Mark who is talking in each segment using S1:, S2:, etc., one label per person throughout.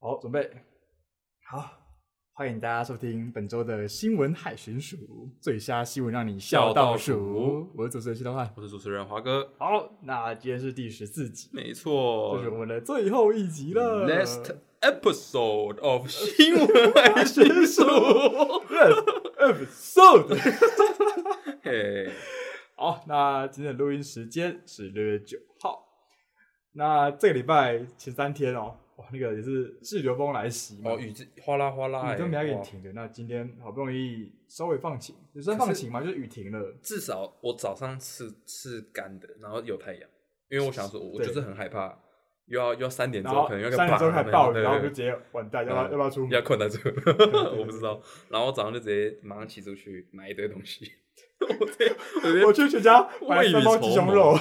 S1: 好，准备好，欢迎大家收听本周的新闻海巡署最瞎新闻，让你笑到
S2: 笑到
S1: 数
S2: 数。
S1: 我是主持人徐东汉。
S2: 我是主持人华哥，
S1: 好，那今天是第十四集，
S2: 没错
S1: 这是我们的最后一集了。
S2: ，last episode of 新闻外星署，
S1: episode。
S2: 嘿，
S1: 好，那今天的录音时间是六月九号。那这个礼拜前三天哦，哇，那个也是滞留风来袭嘛，
S2: 哦，雨之哗啦哗啦、欸，
S1: 雨都没来给你
S2: 哇
S1: 停的。那今天好不容易稍微放晴，也算
S2: 可是
S1: 放晴嘛，就是雨停了。
S2: 至少我早上是是干的，然后有太阳，因为我想说，我
S1: 对
S2: 就是很害怕，又要又要三点
S1: 然
S2: 之后
S1: 后
S2: 可能要
S1: 三点钟开始暴雨，然后就
S2: 就
S1: 直接完蛋，要不要嗯要不要出
S2: 要
S1: 门？
S2: 困在这， 我不知道。然后我早上就直接马上骑出去买一堆东西， 我直接我直接
S1: 我去全家买了
S2: 未雨
S1: 三包鸡
S2: 绸
S1: 胸
S2: 缪
S1: 肉，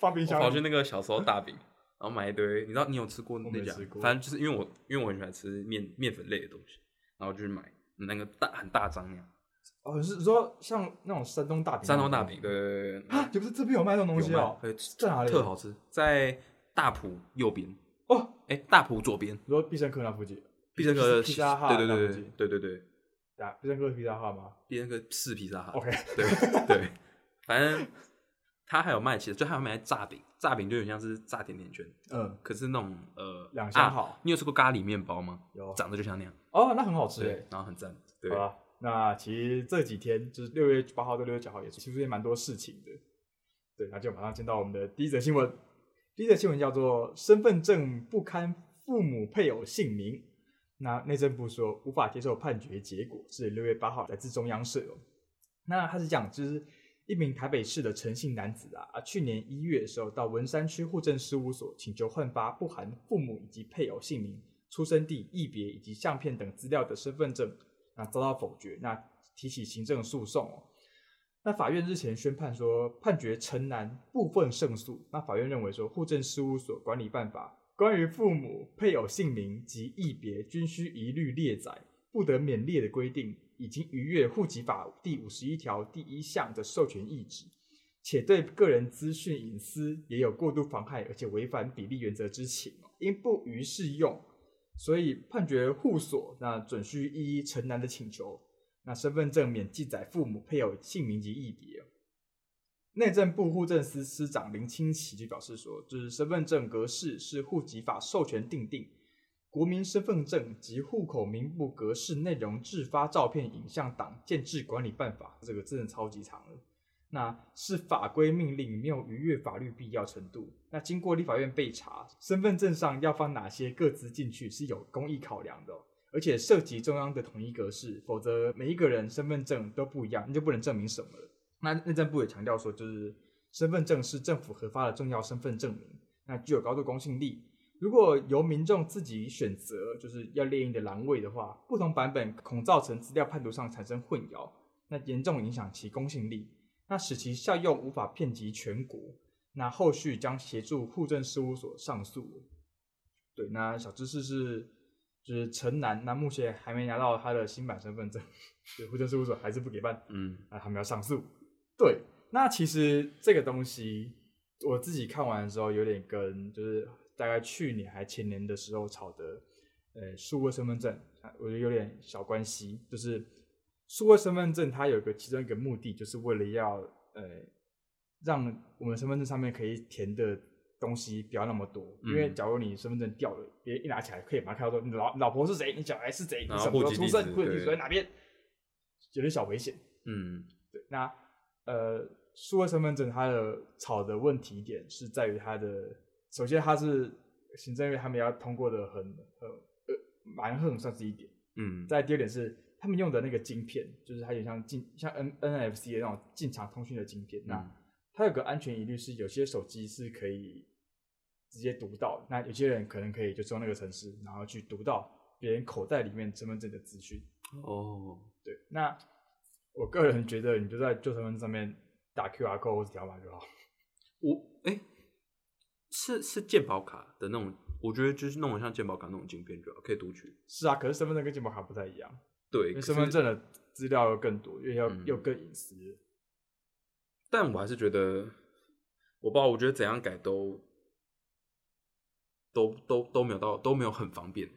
S1: 放冰
S2: 我跑
S1: 箱
S2: 去
S1: 里。
S2: 那个小时候大饼，然后买一堆，你知道你有吃过
S1: 没
S2: 那家
S1: 吃？过
S2: 反正就是因为我因为我很喜欢吃面面粉类的东西，然后就去买那个大很大张那样，
S1: 哦，你是说像那种山东大饼？
S2: 山东大饼，对对对对，
S1: 啊，也不是这边有卖这种东西哦。
S2: 有卖
S1: 在哪里
S2: 特好吃，在大埔右边，
S1: 哦，
S2: 哎，大埔左边，
S1: 你说必胜客那附近？
S2: 必胜客的
S1: 披萨哈
S2: 对对对
S1: 那附
S2: 对
S1: 近
S2: 对对对，
S1: 对啊，必胜客是披萨哈吗
S2: 必胜客是披萨哈，
S1: ？OK，
S2: 对对，反正他还有卖，其实就还有卖炸饼，炸饼就有点像是炸甜甜圈，
S1: 嗯，
S2: 可是那种呃
S1: 两相
S2: 啊
S1: 好
S2: 你有吃过咖喱面包吗？
S1: 有
S2: 长得就像那样。
S1: 哦，那很好吃
S2: 对
S1: 诶，。
S2: 然后很赞，对
S1: 好，啊吧，那其实这几天就是六月八号到六月九号，也是其实也蛮多事情的。对，那就马上进到我们的第一则新闻。第一则新闻叫做“身份证不堪父母配偶姓名”。那内政部说无法接受判决结果，是六月八号来自中央社哦。那他是讲，就是一名台北市的陈姓男子啊，啊去年一月的时候到文山区户政事务所请求换发不含父母以及配偶姓名、出生地、异别以及相片等资料的身份证，那遭到否决，那提起行政诉讼哦。那法院日前宣判说，判决陈南部分胜诉。那法院认为说，户政事务所管理办法关于父母、配偶姓名及异别均需一律列载，不得免列的规定，已经逾越户籍法第五十一条第一项的授权意旨，且对个人资讯隐私也有过度妨害，而且违反比例原则之情哦，因不予适用。所以判决户所那准需依陈南的请求那身份证免记载父母、配偶姓名及异别。内政部户政司司长林清奇就表示说，就是身份证格式是户籍法授权定定，国民身份证及户口名簿格式内容制发照片、影像档建制管理办法，这个真的超级长了。那是法规命令，没有逾越法律必要程度。那经过立法院备查，身份证上要放哪些各自进去是有公益考量的哦、而且涉及中央的统一格式，否则每一个人身份证都不一样，你就不能证明什么了。那内政部也强调说，就是身份证是政府核发的重要身份证明，那具有高度公信力。如果由民众自己选择，就是要列印的栏位的话，不同版本恐造成资料判读上产生混淆，那严重影响其公信力，那使其效用无法遍及全国。那后续将协助户政事务所上诉。对，那小知识是就是陈楠，那目前还没拿到他的新版身份证， 对，户政事务所还是不给办。
S2: 嗯，
S1: 啊，他们要上诉。对，那其实这个东西我自己看完的时候，有点跟就是大概去年还前年的时候炒的，呃，数位身份证，啊我觉得有点小关系。就是数位身份证它有一个其中一个目的，就是为了要呃让我们身份证上面可以填的。东西不要那么多，因为
S2: 嗯
S1: 假如你身份证掉了，别人一拿起来可以马上看到说你老老婆是谁，你小孩是谁，你
S2: 然后
S1: 什么时候
S2: 户籍
S1: 出
S2: 地
S1: 生，
S2: 址
S1: 户籍地址
S2: 对
S1: 在哪边，有点小危险。
S2: 嗯，
S1: 对，那呃，数位身份证它的炒的问题点是在于它的，首先它是行政院他们要通过的很很呃蛮横算是一点，
S2: 嗯，
S1: 再来第二点是他们用的那个晶片，就是它有点像进像 N NFC 的那种进场通讯的晶片，那、
S2: 嗯
S1: 它有个安全疑虑是有些手机是可以直接读到，那有些人可能可以就是用那个程式，然后去读到别人口袋里面身份证的资讯。
S2: 哦，
S1: 对，那我个人觉得你就在旧身份证上面打 QR code 或者条码就好。
S2: 我哎、是是健保卡的那种，我觉得就是弄得像健保卡那种晶片就好，可以读取。
S1: 是啊，可是身份证跟健保卡不太一样，
S2: 对，
S1: 因为
S2: 可
S1: 身份
S2: 是，
S1: 证的资料又更多，又要、
S2: 嗯
S1: 又更隐私。
S2: 但我还是觉得，我不知道，我觉得怎样改都都都都没有到都没有很方便。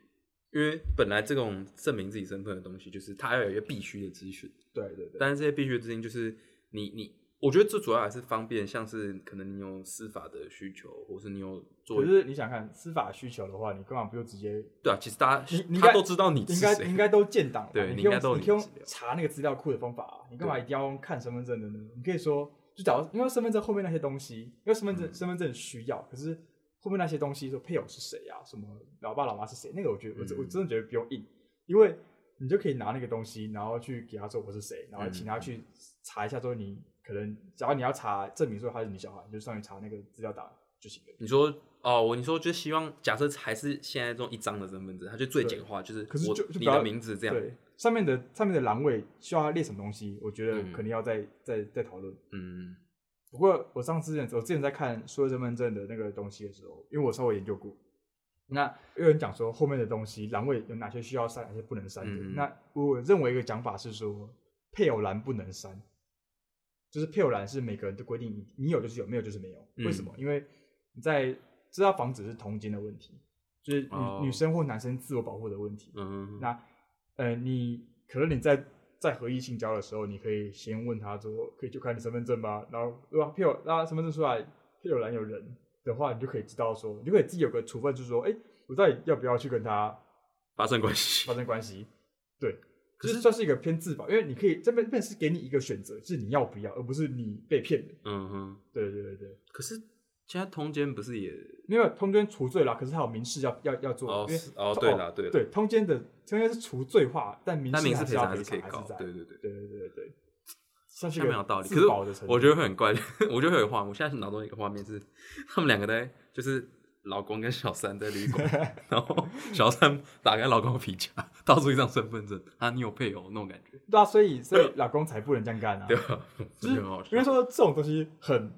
S2: 因为本来这种证明自己身份的东西，就是它要有一个必须的资讯，
S1: 对对对，
S2: 但是这些必须的资讯就是你你，我觉得最主要还是方便，像是可能你有司法的需求，或是你有做
S1: 可，是你想看司法需求的话，你干嘛不就直接
S2: 对啊，其实大家
S1: 你你应
S2: 他
S1: 该
S2: 都知道你
S1: 应
S2: 是
S1: 该
S2: 谁，
S1: 应该都建档吧，
S2: 对
S1: 你可
S2: 你
S1: 以
S2: 应该
S1: 用
S2: 都有
S1: 你可以用
S2: 你的资料
S1: 查那个资料库的方法啊，你干嘛一定要用看身份证的呢？你可以说，就假如因为身份证后面那些东西，因为身份证、
S2: 嗯
S1: 身份证需要，可是后面那些东西说配偶是谁啊，什么老爸老妈是谁，那个我觉得我真、
S2: 嗯
S1: 我真的觉得不用印，因为你就可以拿那个东西，然后去给他说我是谁，然后请他
S2: 嗯
S1: 去查一下，说你可能只要你要查证明说他是你小孩，你就上去查那个资料档就行了。
S2: 你说哦，我你说就希望假设还是现在这种一张的身份证，它就最简化，就是
S1: 可是
S2: 我
S1: 就就不
S2: 你
S1: 要
S2: 的名字这样，
S1: 对，上面的上面的栏位需要列什么东西，我觉得
S2: 嗯
S1: 肯定要再、再再讨论。
S2: 嗯
S1: 不过我上次我之前在看数字身份证的那个东西的时候，因为我稍微研究过，那有人讲说后面的东西栏位有哪些需要删，哪些不能删的。
S2: 嗯嗯
S1: 那我认为一个讲法是说，配偶栏不能删，就是配偶栏是每个人都规定你你有就是有，没有就是没有。
S2: 嗯
S1: 为什么？因为你在知道防止是同性的问题，就是女、
S2: 哦
S1: 女生或男生自我保护的问题。
S2: 嗯，
S1: 那呃，你可能你在在合意性交的时候，你可以先问他说，可以就看你身份证吗？然后如果配偶那身份证出来，配偶栏有人的话，你就可以知道说，你就可以自己有个处分，就是说，哎、我到底要不要去跟他
S2: 发生关系
S1: 发，生关系？对，
S2: 可
S1: 就是算是一个偏自保，因为你可以这边这边是给你一个选择，是你要不要，而不是你被骗的。
S2: 嗯哼，
S1: 对对对对，
S2: 可是现在通奸不是也
S1: 没有通奸除罪啦，可是还有民事要要要做，
S2: 哦
S1: 因为
S2: 是哦对啦对啦，
S1: 对通奸的通奸是除罪化，但民
S2: 但
S1: 事
S2: 民
S1: 还
S2: 事
S1: 是
S2: 赔
S1: 要
S2: 偿还是可以
S1: 赔
S2: 告
S1: 偿还是，在
S2: 对对对。
S1: 对对对对，算是一
S2: 下
S1: 个
S2: 面有道理，可
S1: 自保的
S2: 是
S1: 程
S2: 我
S1: 度
S2: 觉得会很怪， 我觉得会有画面。我现在脑中有一个画面是，他们两个在就是老公跟小三在旅 馆，然后小三打开老公的皮夹，掏出一张身份证，啊，你有配偶那种感觉，
S1: 对啊，所以所以老公才不能这样干啊
S2: 对，吧？
S1: 就
S2: 真
S1: 是
S2: 的很好笑
S1: 应该说这种东西很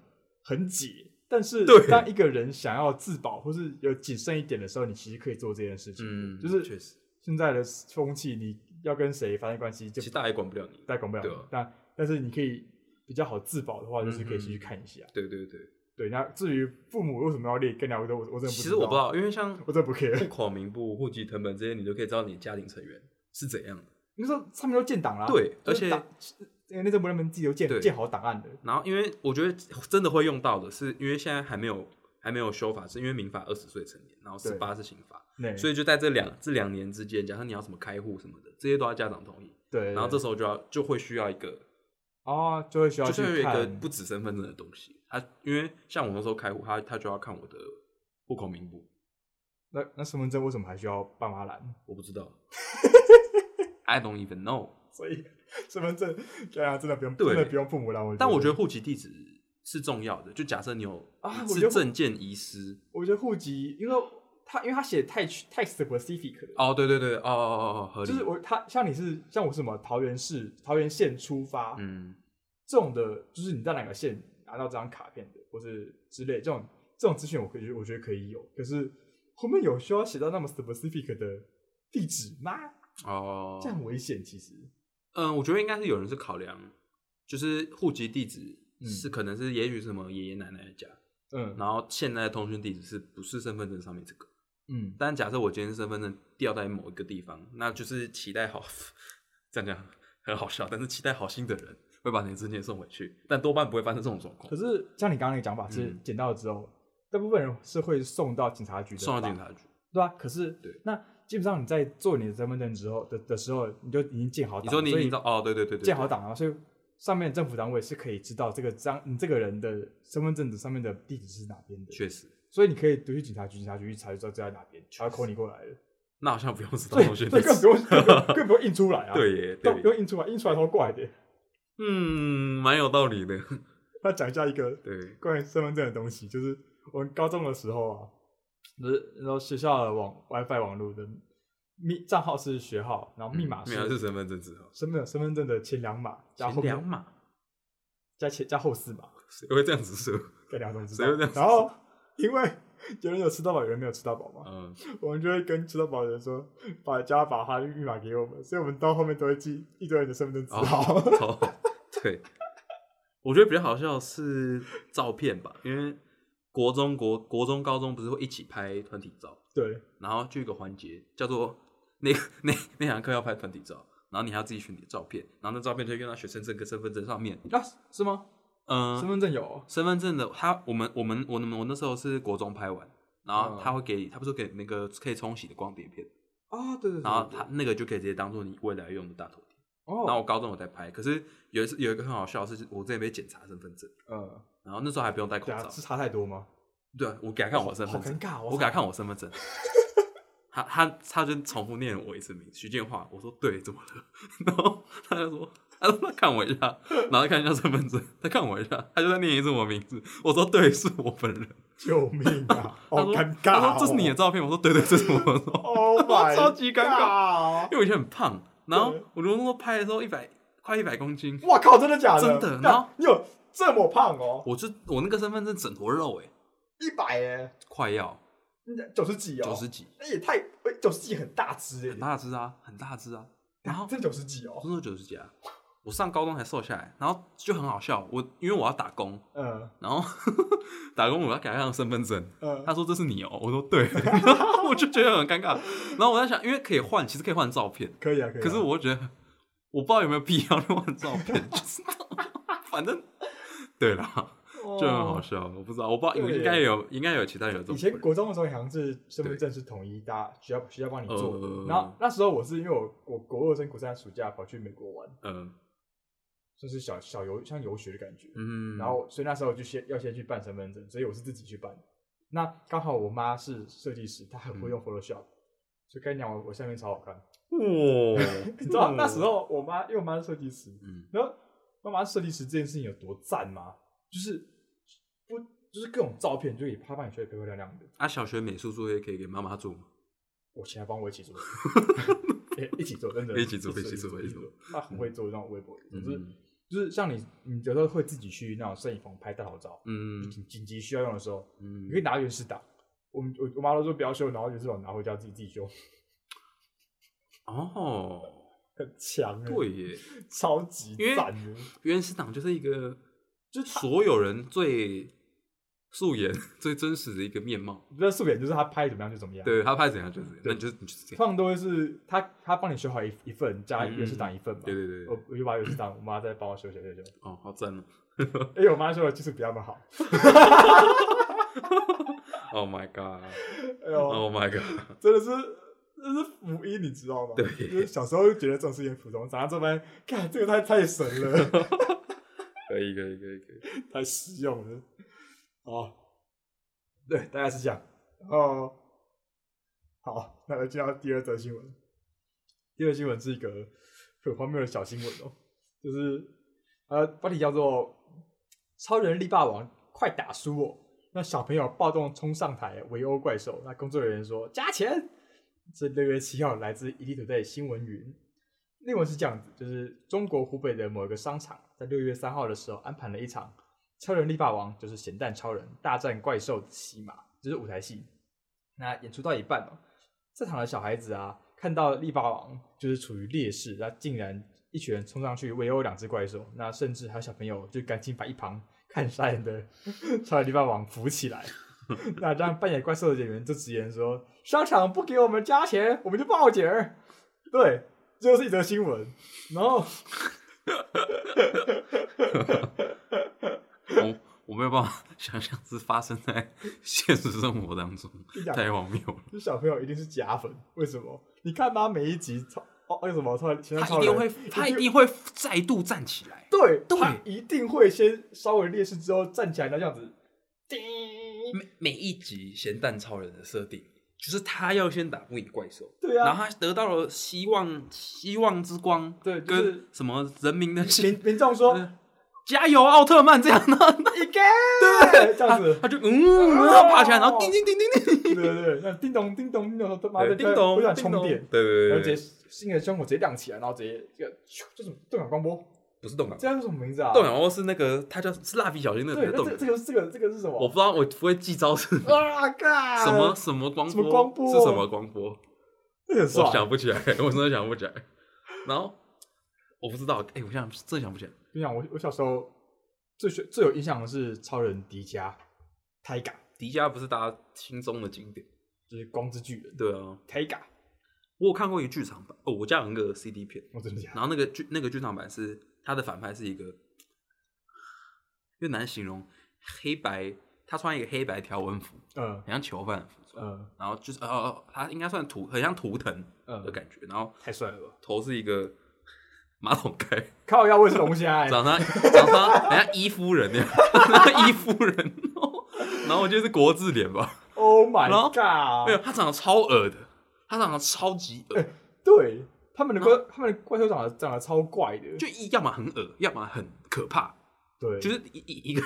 S1: 很解，但是
S2: 对
S1: 当一个人想要自保或是有谨慎一点的时候，你其实可以做这件事情。
S2: 嗯，
S1: 就是
S2: 确实，
S1: 现在的风气，你要跟谁发生关系就
S2: 其实大家也管不了你。
S1: 再管不了
S2: 对啊
S1: 你，但但是你可以比较好自保的话，就是可以
S2: 嗯
S1: 先
S2: 哼
S1: 去看一下。
S2: 对对对，
S1: 对，那至于父母为什么要列跟聊，我都我我真的不
S2: 其实我不知，道，因为像
S1: 我真的不 care。
S2: 户口名簿、户籍成本这些，你都可以知道你的家庭成员是怎样的。
S1: 你说上面都建档啦，
S2: 对
S1: 就是
S2: 而且
S1: 档呃内政部那边自己都建
S2: 对
S1: 建好档案的，
S2: 然后，因为我觉得真的会用到的是，因为现在还没有还没有修法，是因为民法二十岁成年，然后
S1: 对
S2: 十八是刑法，
S1: 对，
S2: 所
S1: 以
S2: 以就在这两这两年之间，假设你要什么开户什么的，这些都要家长同意。
S1: 对，
S2: 然后这时候就要就会需要一个，
S1: 哦就会需要
S2: 就是
S1: 去
S2: 有一个
S1: 看，
S2: 不止身份证的东西。他因为像我那时候开户，他他就要看我的户口名簿，
S1: 那那身份证为什么还需要爸妈栏？
S2: 我不知道，I don't even know。
S1: 所以身份证对啊，真的不用，
S2: 对
S1: 真的不用父母栏。我
S2: 但我觉
S1: 得
S2: 得户籍地址是重要的，就假设你有
S1: 啊我觉得
S2: 是
S1: 户
S2: 证件遗失，
S1: 我觉得户籍，因为他因为他写太太 specific 了，
S2: 哦，对对对，哦哦哦哦，合理，
S1: 就是我他像你是像我是什么桃园市桃园县出发，
S2: 嗯，
S1: 这种的，就是你在哪个县拿到这张卡片的，或是之类这种这种资讯，我可以我觉得可以有。可是后面有需要写到那么 specific 的地址吗？
S2: 哦，
S1: 这样很危险，其实。
S2: 嗯，我觉得应该是有人是考量，就是户籍地址
S1: 嗯
S2: 是可能是也许是什么爷爷奶奶的家，
S1: 嗯
S2: 然后现在的通讯地址是不是身份证上面这个？
S1: 嗯，
S2: 但假设我今天身份证掉在某一个地方，那就是期待好， 这样讲很好笑，但是期待好心的人会把你的证件送回去，但多半不会发生这种状况
S1: 可，是像你刚刚那个讲法是
S2: 嗯
S1: 捡到之后，大部分人是会送到警察局的吧，
S2: 送到警察局。
S1: 对啊，可是
S2: 对
S1: 那基本上你在做你的身份证之后的的时候，你就已经建好档了，
S2: 你说你
S1: 所以
S2: 你知道哦，对对对对，
S1: 建好档了，所以上面的政府单位是可以知道这个张你这个人的身份证子上面的地址是哪边的
S2: 对，确实，
S1: 所以你可以读去警察局，警察局一查就知道这在哪边，他扣你过 来了。
S2: 那好像不用知道
S1: 对，
S2: 通讯
S1: 这
S2: 地
S1: 更不
S2: 址，
S1: 用，更不用 更不用印出来啊！
S2: 对耶，
S1: 更不
S2: 对
S1: 用
S2: 耶，
S1: 印出来，印出来超怪的。
S2: 嗯，蛮有道理的，
S1: 那讲一下一个
S2: 对，
S1: 关于身份证的东西， 就是我们高中的时候啊，就是然后学校的网 WiFi 网络的密账号是学号，然后密码
S2: 没
S1: 是
S2: 有嗯是身份证字号，
S1: 身份身份证的前两码加后
S2: 前两
S1: 面
S2: 码。
S1: 加前加后四码，
S2: 谁会这样子设？
S1: 这两种知
S2: 谁
S1: 道
S2: 会这样。子
S1: 然后因为有人有吃到饱，有人没有吃到饱嘛，
S2: 嗯，
S1: 我们就会跟吃到饱的人说，把加把他的密码给我们，所以我们到后面都会记一堆人的身份证字号。
S2: 好，哦对，我觉得比较好笑的是照片吧，因为国中国国中高中不是会一起拍团体照，
S1: 对，
S2: 然后就有一个环节叫做那个那那堂课要拍团体照，然后你还要自己选你的照片，然后那照片就会用到学生证跟身份证上面。
S1: 啊，是吗？
S2: 嗯、
S1: 身份证有哦
S2: 身份证的他，我们我们我们我那时候是国中拍完，然后
S1: 嗯
S2: 他会给你，他不是给那个可以冲洗的光碟片，
S1: 啊，对对对，
S2: 然后
S1: 对
S2: 他那个就可以直接当做你未来用的大头贴。然后
S1: 哦，
S2: 我高中有在拍，可是有一次有一个很好笑的是，我之前被检查身份证，
S1: 嗯，
S2: 然后那时候还不用戴口
S1: 对啊，
S2: 罩，
S1: 是差太多吗？
S2: 对啊我给他看我身
S1: 好
S2: 份
S1: 尴
S2: 证，
S1: 尬哦，
S2: 我给他看我身份证， 他他他就重复念我一次名徐建华，我说对，怎么了？ 然后他就说。他说他看我一下，然后看一下身份证，他看我一下，他就在念一次我名字。我说对，是我本人。
S1: 救命啊，好
S2: 他说
S1: 尴尬哦，
S2: 他说这是你的照片，我说对对，这是我的照片。
S1: ，Oh my，
S2: 超级尴
S1: 尬哦，
S2: 因为我以前很胖，然后
S1: 对
S2: 我如果拍的时候一百快一百公斤，
S1: 哇靠，真的假的？
S2: 真的
S1: 干
S2: 然后
S1: 你有这么胖哦？
S2: 我就我那个身份证整坨肉哎、
S1: 一百哎，
S2: 快要
S1: 九十几哦，
S2: 九十几，
S1: 那也太九十几很大只
S2: 很大只啊，很大只啊。然
S1: 哎，
S2: 后
S1: 真九十几
S2: 我
S1: 哦，
S2: 那时候九十几啊，我上高中才瘦下来，然后就很好笑。我因为我要打工，
S1: 嗯
S2: 然后 打工我要给他看身份证，
S1: 嗯
S2: 他说这是你哦、我说对，然后我就觉得很尴尬。然后我在想，因为可以换，其实可以换照片，
S1: 可以啊，可以啊。
S2: 可是我觉得我不知道有没有必要换照片，就是 反正对啦，
S1: 我
S2: 就很好。笑。我不知道，我不知道，
S1: 对耶
S2: 应该有，应该有其他有这
S1: 以
S2: 种
S1: 前
S2: 人。
S1: 国中的时候，好像是身份证是统一大学校学校帮你做的
S2: 呃。
S1: 然后那时候我是因为我我国二升国三暑假跑去美国玩，
S2: 嗯
S1: 算是小小游像游学的感觉。
S2: 嗯，
S1: 然后所以那时候就先要先去办身份证，所以我是自己去办。那刚好我妈是设计师，她
S2: 嗯
S1: 很会用 Photoshop，所以跟你讲我我下面超好 看。
S2: 哇，
S1: 你知道那时候我妈，因为我妈是设计师，
S2: 嗯
S1: 然后妈妈设计师这件事情有多赞吗？就是不就是各种照片，就也怕把你学的漂漂亮亮的。
S2: 啊，小学美术作业可以给妈妈做吗？
S1: 我请她帮我一起 做，欸一起做，真的
S2: 一起做一起做
S1: 一
S2: 一
S1: 起
S2: 起
S1: 做
S2: 做。
S1: 她很会做那种微博，总之
S2: 嗯
S1: 就是像你，你有时候会自己去那种摄影棚拍大头照，
S2: 嗯
S1: 紧紧急需要用的时候，你可以
S2: 嗯，
S1: 拿原始档。我们我我妈都说不要修，然后原始档拿回家自己自己修，
S2: 哦，
S1: 很强欸，
S2: 对耶，
S1: 超级
S2: 因为
S1: 赞的。
S2: 原始党就是一个，就是所有人最素颜、 最真实的一个面貌。
S1: 那素颜就是她拍怎么样就怎么样，
S2: 对他拍怎样就是怎样，
S1: 对
S2: 那你就你就是这样。
S1: 通常都会是他他帮你修好一一份，加
S2: 嗯
S1: 原始档一份嘛。
S2: 对对对对
S1: 我我就把原始档，我妈再帮我修修 修修。
S2: 哦，好赞哦
S1: 因为我妈修的技术比他们好。
S2: ！Oh my god！
S1: 哎呦，
S2: Oh my god！
S1: 真的是真是福音，你知道吗？
S2: 对
S1: 就是小时候觉得这种事情很普通，长大之后发现，看这个太太神了，
S2: 可以可以可以可以。
S1: 太实用了。哦，对，大概是这样。然后，好，那就进到第二则新闻。第二新闻是一个很荒谬的小新闻哦，就是呃，标题叫做“超人力霸王快打输我”。那小朋友暴动冲上台围殴怪兽，那工作人员说加钱。这六月七号来自《一 d 土 y 新闻云，内文是这样子，就是中国湖北的某一个商场在六月三号的时候安排了一场《超人力霸王》，就是咸蛋超人大战怪兽的戏码，就是舞台戏。那演出到一半哦，在场的小孩子啊，看到力霸王就是处于劣势，那竟然一群人冲上去围殴两只怪兽，那甚至还有小朋友就赶紧把一旁看傻眼的 超人力霸王扶起来。那让扮演怪兽的演员就直言说：“商场不给我们加钱，我们就报警儿。” 对，这就是一则新闻。然后
S2: 我我没有办法 想象是发生在 现实生活当中，太荒谬了。
S1: 这小朋友一定是假粉，为什么？你看他每一集超哦，为什么超前
S2: 他
S1: 超
S2: 一
S1: 人
S2: 定会，他一定会再度站起来。
S1: 对，
S2: 对
S1: 他一定会先稍微劣势之后站起来，那这样子，叮，
S2: 每每一集咸蛋超人的设定，就是他要先打不赢怪兽，
S1: 对啊
S2: 然后他得到了希望，希望之光，
S1: 对就是
S2: 跟什么人民的心，
S1: 民民众说
S2: 嗯加油奥特曼这样的，
S1: 一 个，对，这样
S2: 他
S1: 子，
S2: 他就嗯，然后爬起来，然
S1: 哦
S2: 后叮叮叮叮
S1: 对
S2: 叮，
S1: 对对，那叮咚叮咚叮咚，他妈的
S2: 对叮咚，
S1: 不想
S2: 叮
S1: 充
S2: 咚
S1: 电，
S2: 对
S1: 然后
S2: 对对
S1: 直
S2: 对，
S1: 接新的胸口直接亮起来，然后直接这个咻这种动感光波，
S2: 不是动感
S1: 这，叫什么名字啊？
S2: 动感光是那个他叫是蜡笔小新那
S1: 对，
S2: 个
S1: 那
S2: 动
S1: 这个
S2: 感，
S1: 这个这个这个是什
S2: 我
S1: 么
S2: 不？知道，我不会记招是
S1: 啊，干
S2: 什么？什么光
S1: 什么光波
S2: 波，是什么光波。
S1: 这个很
S2: 我
S1: 帅。
S2: 想不起来，我真的想不起来。然后我不知道，哎、我想真的想不起来。
S1: 跟你讲，我我小时候最学最有印象的是超人迪迦、泰嘎，
S2: 迪迦不是大家心中的经典，
S1: 就是光之巨人
S2: 对啊，
S1: 泰嘎。
S2: 我有看过一个剧场版，哦，我家有那个 CD 片，
S1: 我真的假的？
S2: 然后那个剧那个剧场版是他的反派是一个，又难形容，黑白，他穿一个黑白条纹服，
S1: 嗯
S2: 很像囚犯的服装，
S1: 嗯
S2: 然后就是哦哦，哦他应该算图，很像图腾的
S1: 嗯，
S2: 感觉，然后
S1: 太帅了吧！
S2: 头是一个马桶盖，
S1: 靠腰为什么龙虾、欸？
S2: 长得像长得像很像伊夫人那样， 像伊夫人，然后然后我觉得是国字脸吧，
S1: Oh my
S2: 然后
S1: god！
S2: 没有，他长得超恶的，他长得超级恶，
S1: 对，他们的怪，他们的怪兽长得长得超怪的，
S2: 就一要么很恶，要么很可怕，
S1: 对，
S2: 就是一一一个，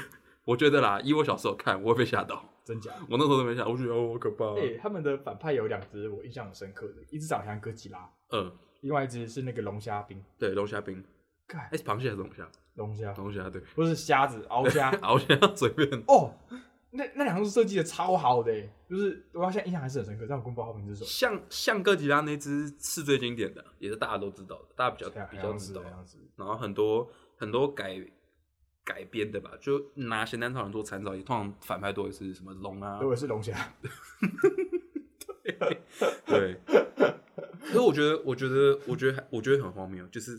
S2: 我觉得啦，以我小时候看，我会被吓到。
S1: 真假的。
S2: 我那时候都没吓，我觉得哦，好可怕、
S1: 哎、他们的反派有两只我印象很深刻的，一只长得像哥吉拉，
S2: 嗯，
S1: 另外一只是那个龙虾兵，
S2: 对，龙虾兵，
S1: 干
S2: 哎、是螃蟹还是龙虾？
S1: 龙虾
S2: 龙虾对，
S1: 不是虾子，鳌 虾
S2: 鳌虾随便。
S1: 哦。那那两个设计的超好的、欸，就是我好像印象还是很深刻，但我根本不知道他名字是什
S2: 像像哥吉拉那只是最经典的，也是大家都知道的，大家比较
S1: 么，
S2: 比较知道
S1: 这。样子。
S2: 然后很多很多改改编的吧，就拿咸蛋超人做参照，也通常反派都会是什么龙啊
S1: 对，，我是龙虾，
S2: 对。 可是我觉得，我觉得，我觉得还，我觉得很荒谬，就是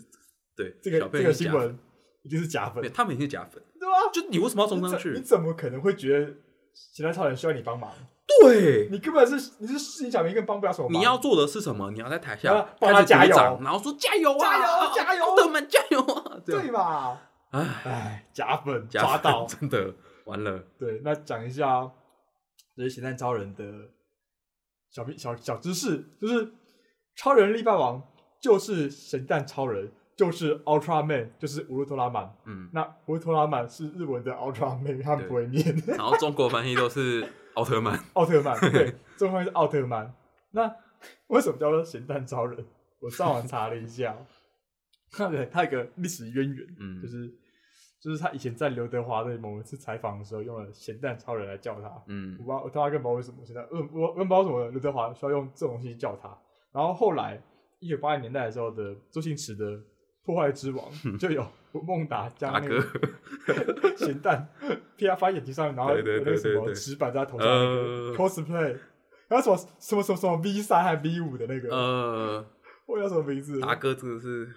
S2: 对
S1: 这个
S2: 小朋
S1: 这
S2: 友
S1: 个
S2: 是
S1: 新
S2: 假粉，
S1: 闻一定是假粉
S2: 对，，他们也是假粉，
S1: 对吧？
S2: 就你为什么要冲上
S1: 你
S2: 去？
S1: 怎么可能会觉得其他超人需要你帮忙？
S2: 对，
S1: 你根本是你是市井小民，根本帮不了什么忙。
S2: 你要做的是什么？你要在台
S1: 然
S2: 下
S1: 后啊帮他
S2: 开始鼓
S1: 加油
S2: 掌然后说加油啊，
S1: 加油
S2: 啊
S1: 加油
S2: 奥特曼加油啊！这样
S1: 对，嘛？
S2: 哎，
S1: 哎，假 粉
S2: 加。
S1: 抓到
S2: 真的完了。
S1: 对，那讲一下就是咸蛋超人的小秘小小知识，就是超人力霸王就是咸蛋超人，就是 Ultra Man，就是乌鲁托拉曼。
S2: 嗯，
S1: 那乌鲁托拉曼是日文的 Ultra Man，他们不会念
S2: 然后中国翻译都是奥特曼，
S1: 奥特 曼，对，中文是奥特曼。那为什么叫做咸蛋超人？ 我上网查了一下，他 的他有个历史渊源，
S2: 嗯
S1: 就是就是他以前在刘德华的某一次采访的时候，用了咸蛋超人来叫他。我
S2: 嗯
S1: 不知道，我他妈更不知道为什么现在，我呃我我更不知道为什么刘德华需要用这种东西叫他。然后后来一九八零年代的时候的周星驰的《破坏之王》 就有孟达将
S2: 大
S1: 那
S2: 哥
S1: 个 咸蛋啪他放眼睛上面，然后有
S2: 对对
S1: 那个什
S2: 对对
S1: 么
S2: 对
S1: 纸板在他头上那个
S2: 呃
S1: cosplay，然后什么什么什么什么 V 三还 V 五的那个，
S2: 呃，
S1: 我叫什么名字？
S2: 达哥真的是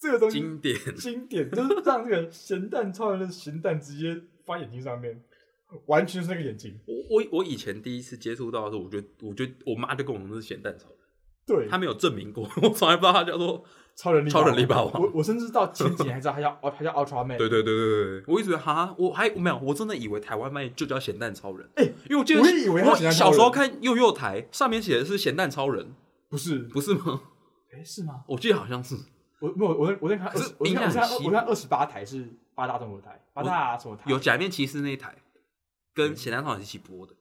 S1: 这个东西
S2: 经典，
S1: 经典，就是让这个咸蛋超人的咸蛋直接放眼睛上面，完全是那个眼睛。
S2: 我我我以前第一次接触到的时候，我觉得我觉得我妈就跟我说是咸蛋超人，
S1: 对，
S2: 她没有证明过， 我从来不知道她叫做。
S1: 超人力
S2: 超人力霸王
S1: 我我甚至到前几年还知道他叫哦，他叫 Ultra Man。
S2: 对对对对对对，我一直以为哈，我还没有，我真的以为台湾卖就叫咸蛋超人，
S1: 哎
S2: 因为我记得
S1: 我也以为它
S2: 我
S1: 咸蛋超
S2: 小
S1: 人
S2: 时候看幼幼台上面写的是咸蛋超人，
S1: 不是，
S2: 不是吗？
S1: 哎、是吗？
S2: 我记得好像是，
S1: 我没有，我在我在看二
S2: 可
S1: 十
S2: 是，
S1: 我在看我
S2: 印
S1: 在
S2: 象很
S1: 看
S2: 稀
S1: 我在看二十八台是八大综合台，八大什么台？
S2: 有假面骑士那一台跟咸蛋超人一起播的，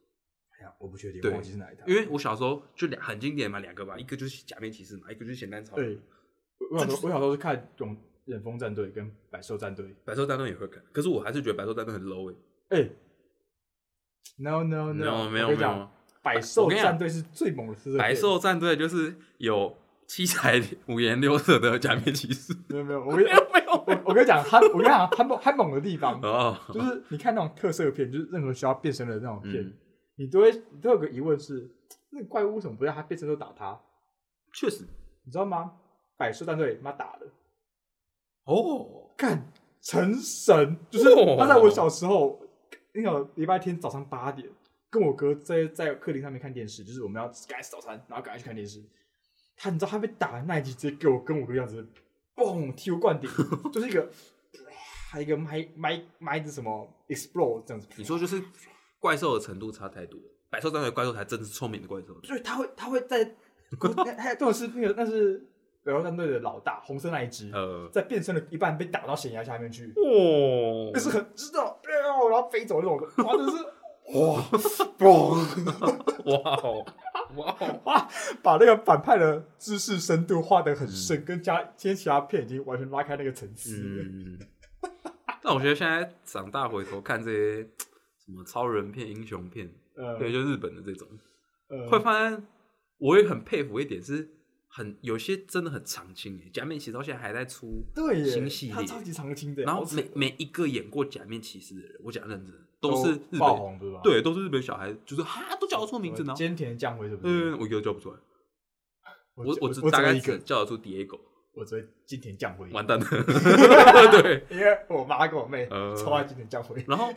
S1: 哎呀，我不确定，
S2: 对
S1: 我忘记是哪一台。
S2: 因为我小时候就两很经典嘛，两个吧，一个就是假面骑士嘛，一个就是咸蛋超人。
S1: 对，我我小时候我小时候是看永忍风战队跟百兽战队。
S2: 白兽战队也会看，可是我还是觉得白兽战队很 low 哎、
S1: 哎、n o No No，,
S2: 没有没
S1: 我
S2: 有
S1: 跟你
S2: 没
S1: 讲
S2: 有，，
S1: 百兽战队是最猛的是
S2: 白兽战队就是有七彩五颜六色的假面骑 士，
S1: 没有没有，我跟
S2: 没有没有
S1: 我我跟你讲，他我跟你讲，他猛他猛的地方，
S2: 哦，
S1: 就是你看那种特色片，就是任何需要变身的那种片，
S2: 嗯
S1: 你都会你都有个疑问是，那个怪物为什么不让他变身就打他？
S2: 确实
S1: 你知道吗？百兽战队妈打的，
S2: 哦，
S1: 看成神，就是
S2: 哦
S1: 他在我小时候那个礼拜天早上八点，跟我哥在在客厅上面看电视，就是我们要赶快吃早餐，然后赶快去看电视。他你知道他被打的那一集，直接给我跟我哥这样子，嘣醍醐灌顶，就是一个还有一个麦麦麦子什么 explode 这样子。
S2: 你说就是怪兽的程度差太多，百兽战队的怪兽才真是聪明的怪兽。
S1: 所以他会他会在，那他重点是那个那是北欧战队的老大红色那一只，
S2: 呃，
S1: 在变身的一半被打到悬崖下面去，
S2: 哦
S1: 就是很知道，哎呦，然后飞走那种，哇，真的 是哇，嘣，
S2: 哇哦， 哇哦，
S1: 哇， 把那个反派的知识深度画得很深，跟加今天其他片已经完全拉开那个层次了。
S2: 嗯。但我觉得现在长大回头看这些什么超人片、英雄片，
S1: 呃，
S2: 对，就日本的这种，
S1: 呃，
S2: 会发现我也很佩服一点是。很有些真的很长青欸诶，假面骑士到现在还在出，
S1: 对
S2: 新
S1: 耶
S2: 系，列
S1: 他超级常青的，
S2: 然后
S1: 好扯哦
S2: 每每一个演过假面骑士的人，我讲认真，
S1: 都
S2: 都是日
S1: 爆
S2: 本，
S1: 红对吧？
S2: 对，啊都是日本小孩，就是哈都叫得出名字
S1: 什么
S2: 呢，
S1: 菅田将晖是不是？
S2: 嗯，我一个都叫不出来，我
S1: 我
S2: 只
S1: 我
S2: 大
S1: 只会
S2: 概
S1: 一
S2: 只
S1: 个，
S2: 叫得出 Diego，
S1: 我只会金田将辉，
S2: 完蛋了， 对。
S1: 因为我妈跟我妹
S2: 呃
S1: 超爱金田将辉，
S2: 然后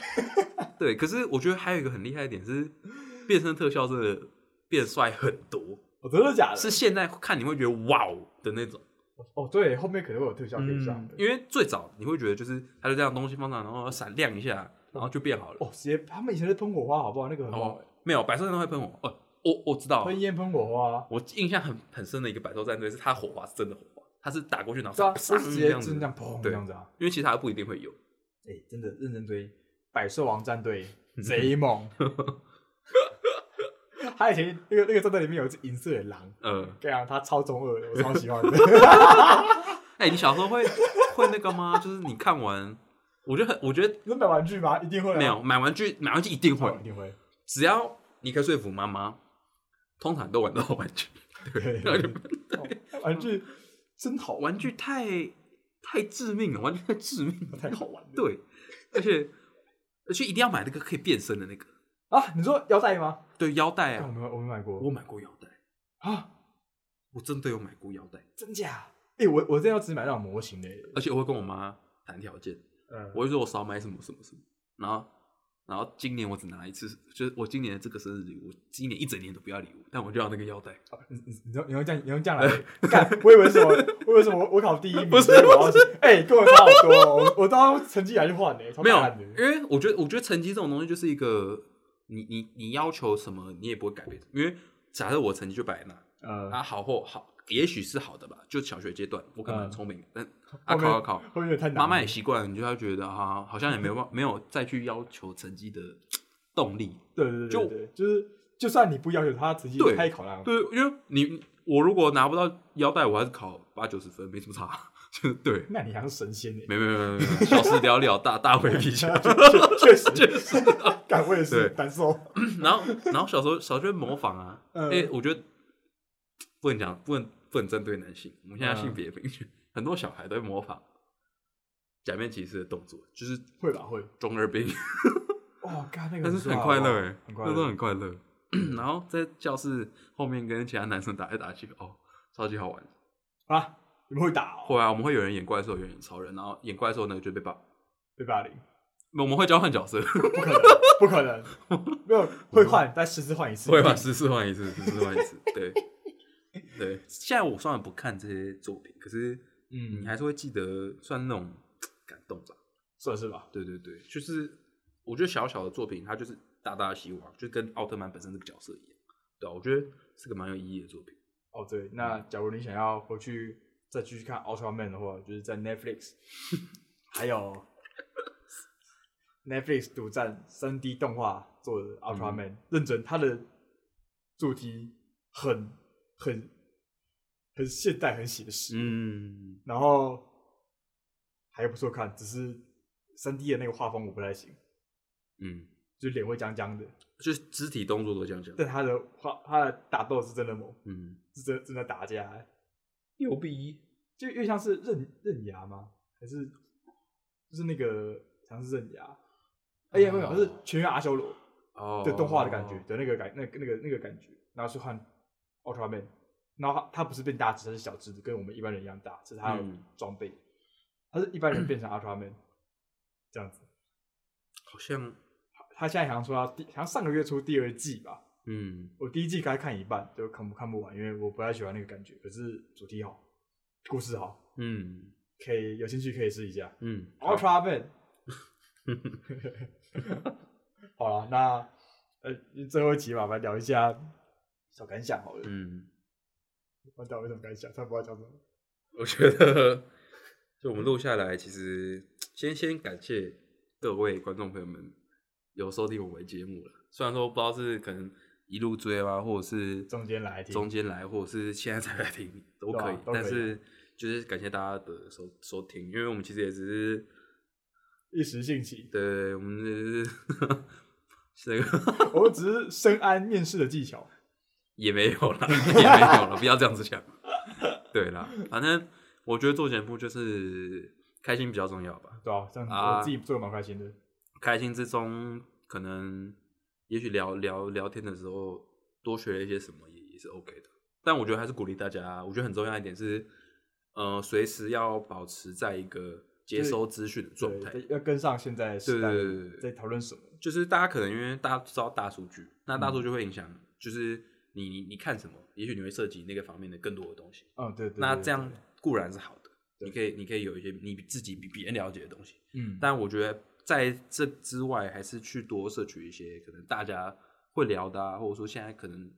S2: 对，可是我觉得还有一个很厉害的点是，变身特效真的变帅很多，
S1: 我哦真的假的？
S2: 是现在看你会觉得哇哦的那种。嗯
S1: 哦，对，后面可能会有特效可以上的，
S2: 因为最早你会觉得就是它就这样东西放上，然后闪亮一下，然后就变好了。
S1: 哦，直接他们以前是喷火花，好不好？那个很好
S2: 哦，，没有，百兽战队会喷火。哦，我我知道，
S1: 喷烟喷火花，
S2: 我印象很很深的一个百兽战队是它火花是真的火花，它是打过去然
S1: 对啊，
S2: 后
S1: 不是直接
S2: 这样
S1: 就是
S2: 子
S1: 这，样砰这
S2: 对
S1: 样子啊，
S2: 因为其他不一定会有。
S1: 哎，真的认真追百兽王战 队贼猛，他以前那个那个战队里面有一只银色的狼，
S2: 呃，
S1: 对啊，他超中二的，我超喜欢的。
S2: 哎、你小时候会会那个吗？就是你看完，我觉得很，我觉得
S1: 你是买玩具吗？一定会、啊、
S2: 没有买玩具，买玩具一定会
S1: 哦，，一定会。
S2: 只要你可以说服妈妈，通常都玩得到玩具。
S1: 对，
S2: 那就
S1: 哦玩具真好玩，
S2: 玩具太太致命了，玩具太致命了。
S1: 太好玩了。
S2: 对，而且而且一定要买那个可以变身的那个，
S1: 啊，你说腰带吗？
S2: 对腰带
S1: 但我
S2: 啊，
S1: 没有，我没买过
S2: 我买过腰带，
S1: 啊，
S2: 我真的有买过腰带，
S1: 真假？哎、我我这要只买那种模型的耶。
S2: 而且我会跟我妈谈条件，
S1: 嗯，
S2: 我会说我少买什么什么什么，然后然后今年我只拿一次，就是我今年的这个生日礼物，今年一整年都不要礼物，但我就要那个腰带。
S1: 你你你用你用这样你用这样来 干？我以为什么？我以为什么？我我考第一名，
S2: 不是
S1: 所以我要去哎、跟我差好多哦、我我到时候成绩来去换呢、超
S2: 没有
S1: 烂，
S2: 因
S1: 的。
S2: 为我觉得，我觉得成绩这种东西就是一个，你你你要求什么，你也不会改变。因为假设我成绩就摆在那，
S1: 呃，
S2: 啊，好或好，也许是好的吧，就小学阶段，我可能很聪明，但啊
S1: 嗯后面
S2: 考啊考，
S1: 会不会太难？
S2: 妈妈也习惯了，你就要觉得哈、好像也没有办没有再去要求成绩的动力。
S1: 对对对对，就是就算你不要求他成绩，
S2: 对
S1: 他也考烂。
S2: 对，因为你我如果拿不到腰带，我还是考八九十分，没什么差。 就是对，
S1: 那你还是神 仙呢、
S2: 没没没没没，小事了了，大大回皮球。
S1: 确实，确实， 敢我也是
S2: 对
S1: 难受。
S2: 然后，然后小时候小时候就模仿啊，哎、
S1: 嗯
S2: 我觉得不能讲，不能不能针对男性，我们现在
S1: 嗯
S2: 性别平权，很多小孩都会模仿假面骑士的动作，就是
S1: 会吧，会。
S2: 中二病，
S1: 嗯啊哇，干那个，
S2: 但是很快乐哎、
S1: 很快
S2: 那都
S1: 乐。
S2: 很快乐。然后在教室后面跟其他男生打来打去，哦，超级好玩。
S1: 啊，你们会打哦？
S2: 后来我们会有人演怪兽，有人演超人，然后演怪兽那个就被爆。
S1: 被霸凌？
S2: 我们会交换角 色，
S1: 不可能，不可 能，没有会换，但十次换一次。
S2: 会吧？十四换一次，十四换一次， 对对。现在我虽然不看这些作品，可是
S1: 嗯
S2: 你，还是会记得，算那种感动吧。
S1: 算是吧。
S2: 对对对，就是我觉得小小的作品，它就是大大的希望，就跟奥特曼本身这个角色一样。对啊、我觉得是个蛮有意义的作品。
S1: 哦，对，那假如你想要回去再继续看《Ultra Man》的话，就是在 Netflix，还有 Netflix 独占三 D 动画做的《Ultra Man》，认真，它的主题很很很现代，很写实，
S2: 嗯，
S1: 然后还不错看，只是三 D 的那个画风我不太行，
S2: 嗯，
S1: 就脸会僵僵的，
S2: 就是肢体动作都这样讲。
S1: 但他的画他的打斗是真的猛，
S2: 嗯，
S1: 是真真的打架、
S2: 牛逼。
S1: 就越像是刃刃牙吗？还是就是那个像是刃牙？哎呀，没有，是全员阿修罗
S2: 哦，
S1: 的动画的感觉的那个感，那个那个那个感觉，然后去换 Ultra Man，然后他他不是变大只，他是小只的，跟我们一般人一样大，只是他有
S2: 嗯
S1: 装备，他是一般人变成 Ultra Man 这样子。
S2: 好像，
S1: 他现在好像说要第，好像上个月出第二季吧，
S2: 嗯，
S1: 我第一季该看一半，就看不看不完，因为我不太喜欢那个感觉。可是主题好，故事好，
S2: 嗯，
S1: 可以有兴趣可以试一下。
S2: 嗯，好
S1: Ultra Man。好了，那呃最后一集吧，来聊一下小感想好了。
S2: 嗯，
S1: 完蛋，我有什么感想？他不知道讲什么。
S2: 我觉得，就我们录下来，其实先先感谢各位观众朋友们有收听我们的节目了。虽然说不知道是可能一路追啊，或者是
S1: 中间来听
S2: 中间来，或者是现在才来听都可
S1: 对
S2: 以，
S1: 啊都可以
S2: 但是就是感谢大家的收收听，因为我们其实也只是
S1: 一时兴起，
S2: 对，我们只是是那个
S1: 我们只是深谙面试的技巧。
S2: 也没有啦，也没有了，不要这样子讲。对啦，反正我觉得做节目就是开心比较重要吧。
S1: 对啊，这样
S2: 啊
S1: 我自己做的蛮开心的。
S2: 开心之中，可能也许聊聊聊天的时候多学了一些什么也也是 OK 的。但我觉得还是鼓励大家，啊我觉得很重要一点是，呃，随时要保持在一个接收资讯的状态。
S1: 对，要跟上现在时代
S2: 对对对对对
S1: 在讨论什么。
S2: 就是大家可能因为大家知道大数据，那
S1: 嗯
S2: 大数据会影响，就是你你你看什么，也许你会涉及那个方面的更多的东西。
S1: 嗯，对对
S2: 那
S1: 对
S2: 这样
S1: 对
S2: 固然是好的，
S1: 对
S2: 你可以你可以有一些你自己比别人了解的东西，
S1: 嗯，
S2: 但我觉得在这之外，还是去多摄取一些可能大家会聊的、啊，或者说现在可能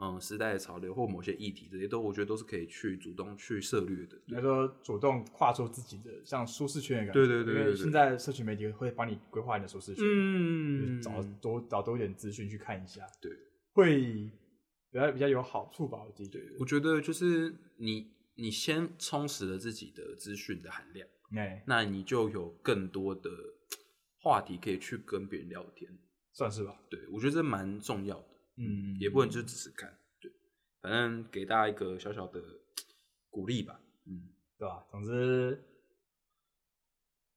S2: 嗯时代的潮流或某些议题，这些都我觉得都是可以去主动去涉略的。
S1: 应该说主动跨出自己的像舒适圈的感觉。
S2: 对对对对
S1: 因为
S2: 对
S1: 现在社群媒体会帮你规划你的舒适圈，就是
S2: 嗯
S1: 找多找多一点资讯去看一下，
S2: 对，
S1: 会比较比较有好处吧。我自己觉得，
S2: 我觉得就是你你先充实了自己的资讯的含量，
S1: 哎，
S2: 那你就有更多的话题可以去跟别人聊天。
S1: 算是吧。
S2: 对我觉得这蛮重要的。
S1: 嗯，
S2: 也不能就只是看，对，反正给大家一个小小的鼓励吧，嗯，
S1: 对吧？总之。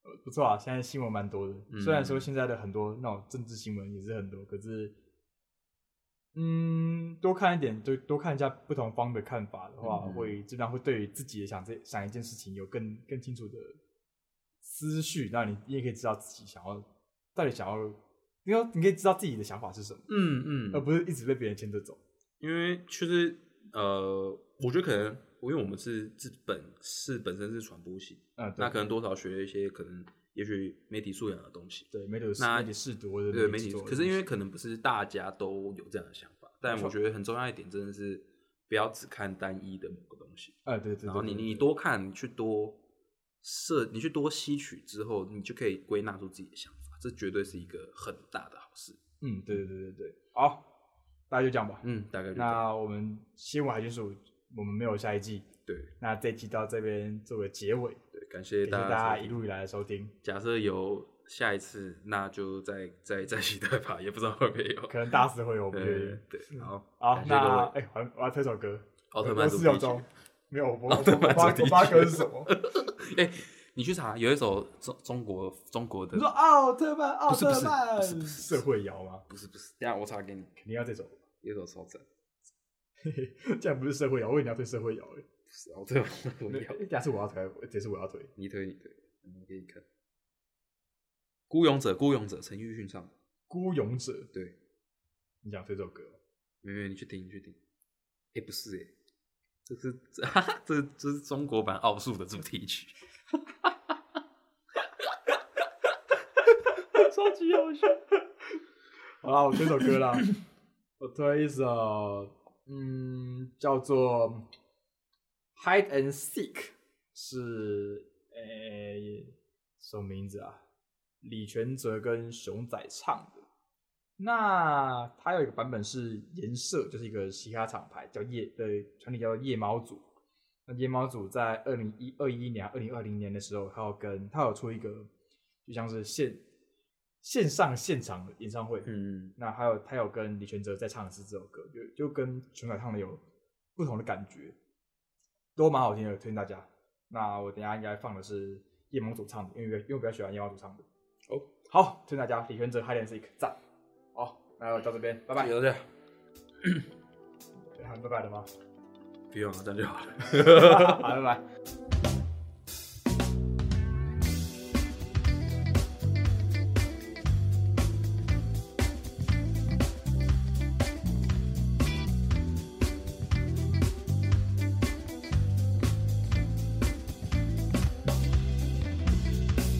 S1: 呃不错啊，现在新闻蛮多的。虽然说
S2: 嗯
S1: 现在的很多那种政治新闻也是很多，可是，嗯，多看一点，就多看一下不同方的看法的话，
S2: 嗯嗯
S1: 会尽量会对于自己想这想一件事情有更更清楚的思绪，那你你也可以知道自己想要到底想要，你要你可以知道自己的想法是什么，
S2: 嗯
S1: 而，不是一直被别人牵着走。
S2: 因为就是呃，我觉得可能因为我们是自本是本身是传播系，
S1: 嗯，对
S2: 那可能多少学一些可能也许媒体素养的东西，
S1: 对，媒体
S2: 那
S1: 媒体试读或者
S2: 对
S1: 媒
S2: 媒
S1: 体
S2: 体
S1: 做
S2: 素，
S1: 的
S2: 可是因
S1: 东
S2: 为
S1: 西
S2: 可能不是大家都有这样的想法，但
S1: 没错
S2: 我觉得很重要一点真的是不要只看单一的某个东西，
S1: 呃，对对对，
S2: 然后你
S1: 对
S2: 你
S1: 对
S2: 多看，你去多摄，你去多吸取之后，你就可以归纳出自己的想法，这绝对是一个很大的好事。
S1: 嗯，对对对对对，好，大家就这样吧。
S2: 嗯，大概就这样。
S1: 那我们新闻海军署，我们没有下一季，
S2: 对
S1: 那这一季到这边做个结尾，
S2: 对，感谢
S1: 谢谢
S2: 大
S1: 大家
S2: 家收
S1: 一
S2: 听
S1: 路以来的收听，
S2: 假设有下一次，那就再再再期待吧，也不知道会不会有。
S1: 可能大师会有，我不
S2: 对
S1: 确定
S2: 对。对，好，
S1: 好
S2: 感，谢各
S1: 那
S2: 位。
S1: 哎、我还我要推首歌，
S2: 奥特曼
S1: 我
S2: 主
S1: 是有
S2: 题曲
S1: 中，没有我不我
S2: 奥特曼
S1: 我八我
S2: 主题曲
S1: 八歌是什么？
S2: 哎、你去查，有一首中中国中国的
S1: 你，说奥特曼，奥
S2: 不是不
S1: 特
S2: 是
S1: 曼
S2: 不是不是
S1: 社会摇吗？
S2: 不是不是，等一下我查给你，
S1: 肯定要这首，
S2: 有一首超赞，
S1: 这样不是社会摇，我以为你要推社会摇哎、
S2: 不是奥特曼，我要
S1: 欸，下次我要推，这次我要推，
S2: 你推你推，你给你看。孤勇者，孤勇者，陈奕迅唱的。
S1: 孤勇者，
S2: 对，
S1: 你想推这首歌？
S2: 没有没有，你去听，你去听。哎、不是哎、这是 这哈哈，这这是中国版奥数的主题曲，
S1: 超级好笑。好啦，我推首歌啦， 我推一首，嗯，叫做《Hide and Seek》，是诶、什么名字啊？李全哲跟熊仔唱的。那它有一个版本是颜社，就是一个嘻哈厂牌，叫夜呃，团体叫夜猫组。那夜猫组在二零一二一年、二零二零年的时候，它有跟它有出一个就像是线线上现场的演唱会，
S2: 嗯，
S1: 那还有他有跟李全哲在唱的是这首歌，就就跟熊仔唱的有不同的感觉，都蛮好听的，推荐大家。那我等一下应该放的是夜猫组唱的，因为因为我比较喜欢夜猫组唱的。
S2: 哦，
S1: 好，推荐大家李全哲《Hide and Seek》赞。好，那到这边，拜拜。
S2: 有这样，
S1: 对还有拜拜的吗？
S2: 不用了，这样就好了。
S1: 好，拜拜。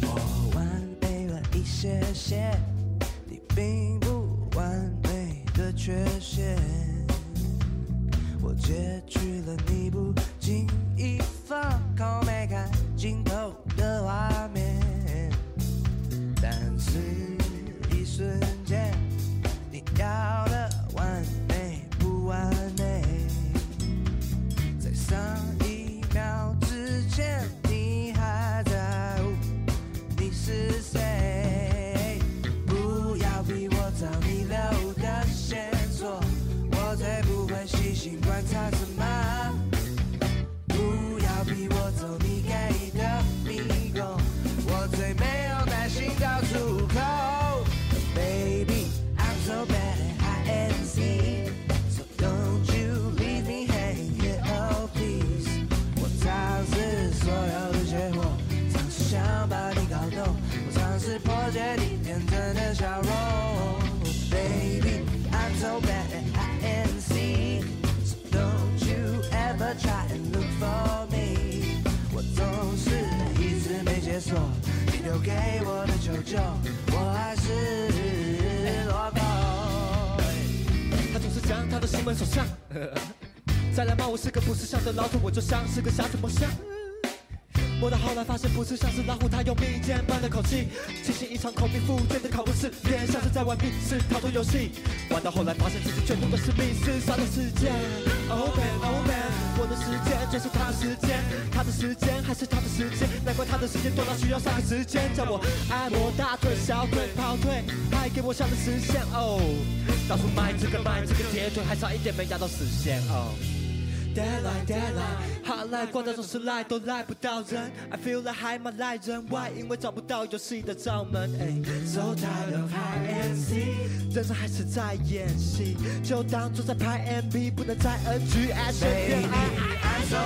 S3: 我完备了一些些，你并不完美的缺陷。我截取了你不经意放空没看尽头的画面，但是一瞬间，你要的完美不完美。在上一秒之前，你还在乎你是谁？不要逼我找你留的线索，我才不会细心观察什么。Oh, 给我的求救，我还是落空。
S4: 他总是将他的心门锁上。 再来骂我是个不识相的老鼠，我就像是个瞎子摸象。摸到后来发现不是像是老虎，他用密剑般的口气，进行一场口蜜腹剑的拷问试炼，像是在玩密室逃脱游戏。玩到后来发现自己全部都是密室杀的事件。Oh man, oh man，我的时间全是他的时间，他的时间还是他的时间，难怪他的时间多到需要三个时间，叫我按摩大腿、小腿、跑腿，还给我笑的实现哦。到处卖这个卖这个铁腿，还差一点没达到实现哦。Deadline, deadline，好赖逛到总是赖，都赖不到人。I feel like 还蛮赖人外，因为找不到游戏的罩门。哎 so tired of hide and seek，人生还是在演戏，就当作在拍 MV，不能再 NGS 随便
S3: Baby,
S4: 爱。
S3: I'm so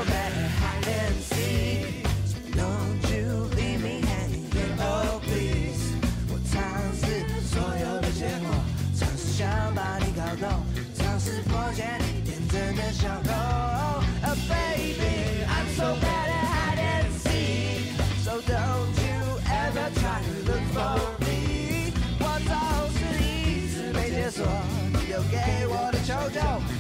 S3: bad at hide and seek. So don't you leave me hanging. Oh, please. 我尝试所有的结果，尝试想把你搞懂，尝试破解你天真的笑容。Oh, baby, I'm so bad at hide and seek. So don't you ever try to look for me. 我总是一直被解锁，你留给我的求救。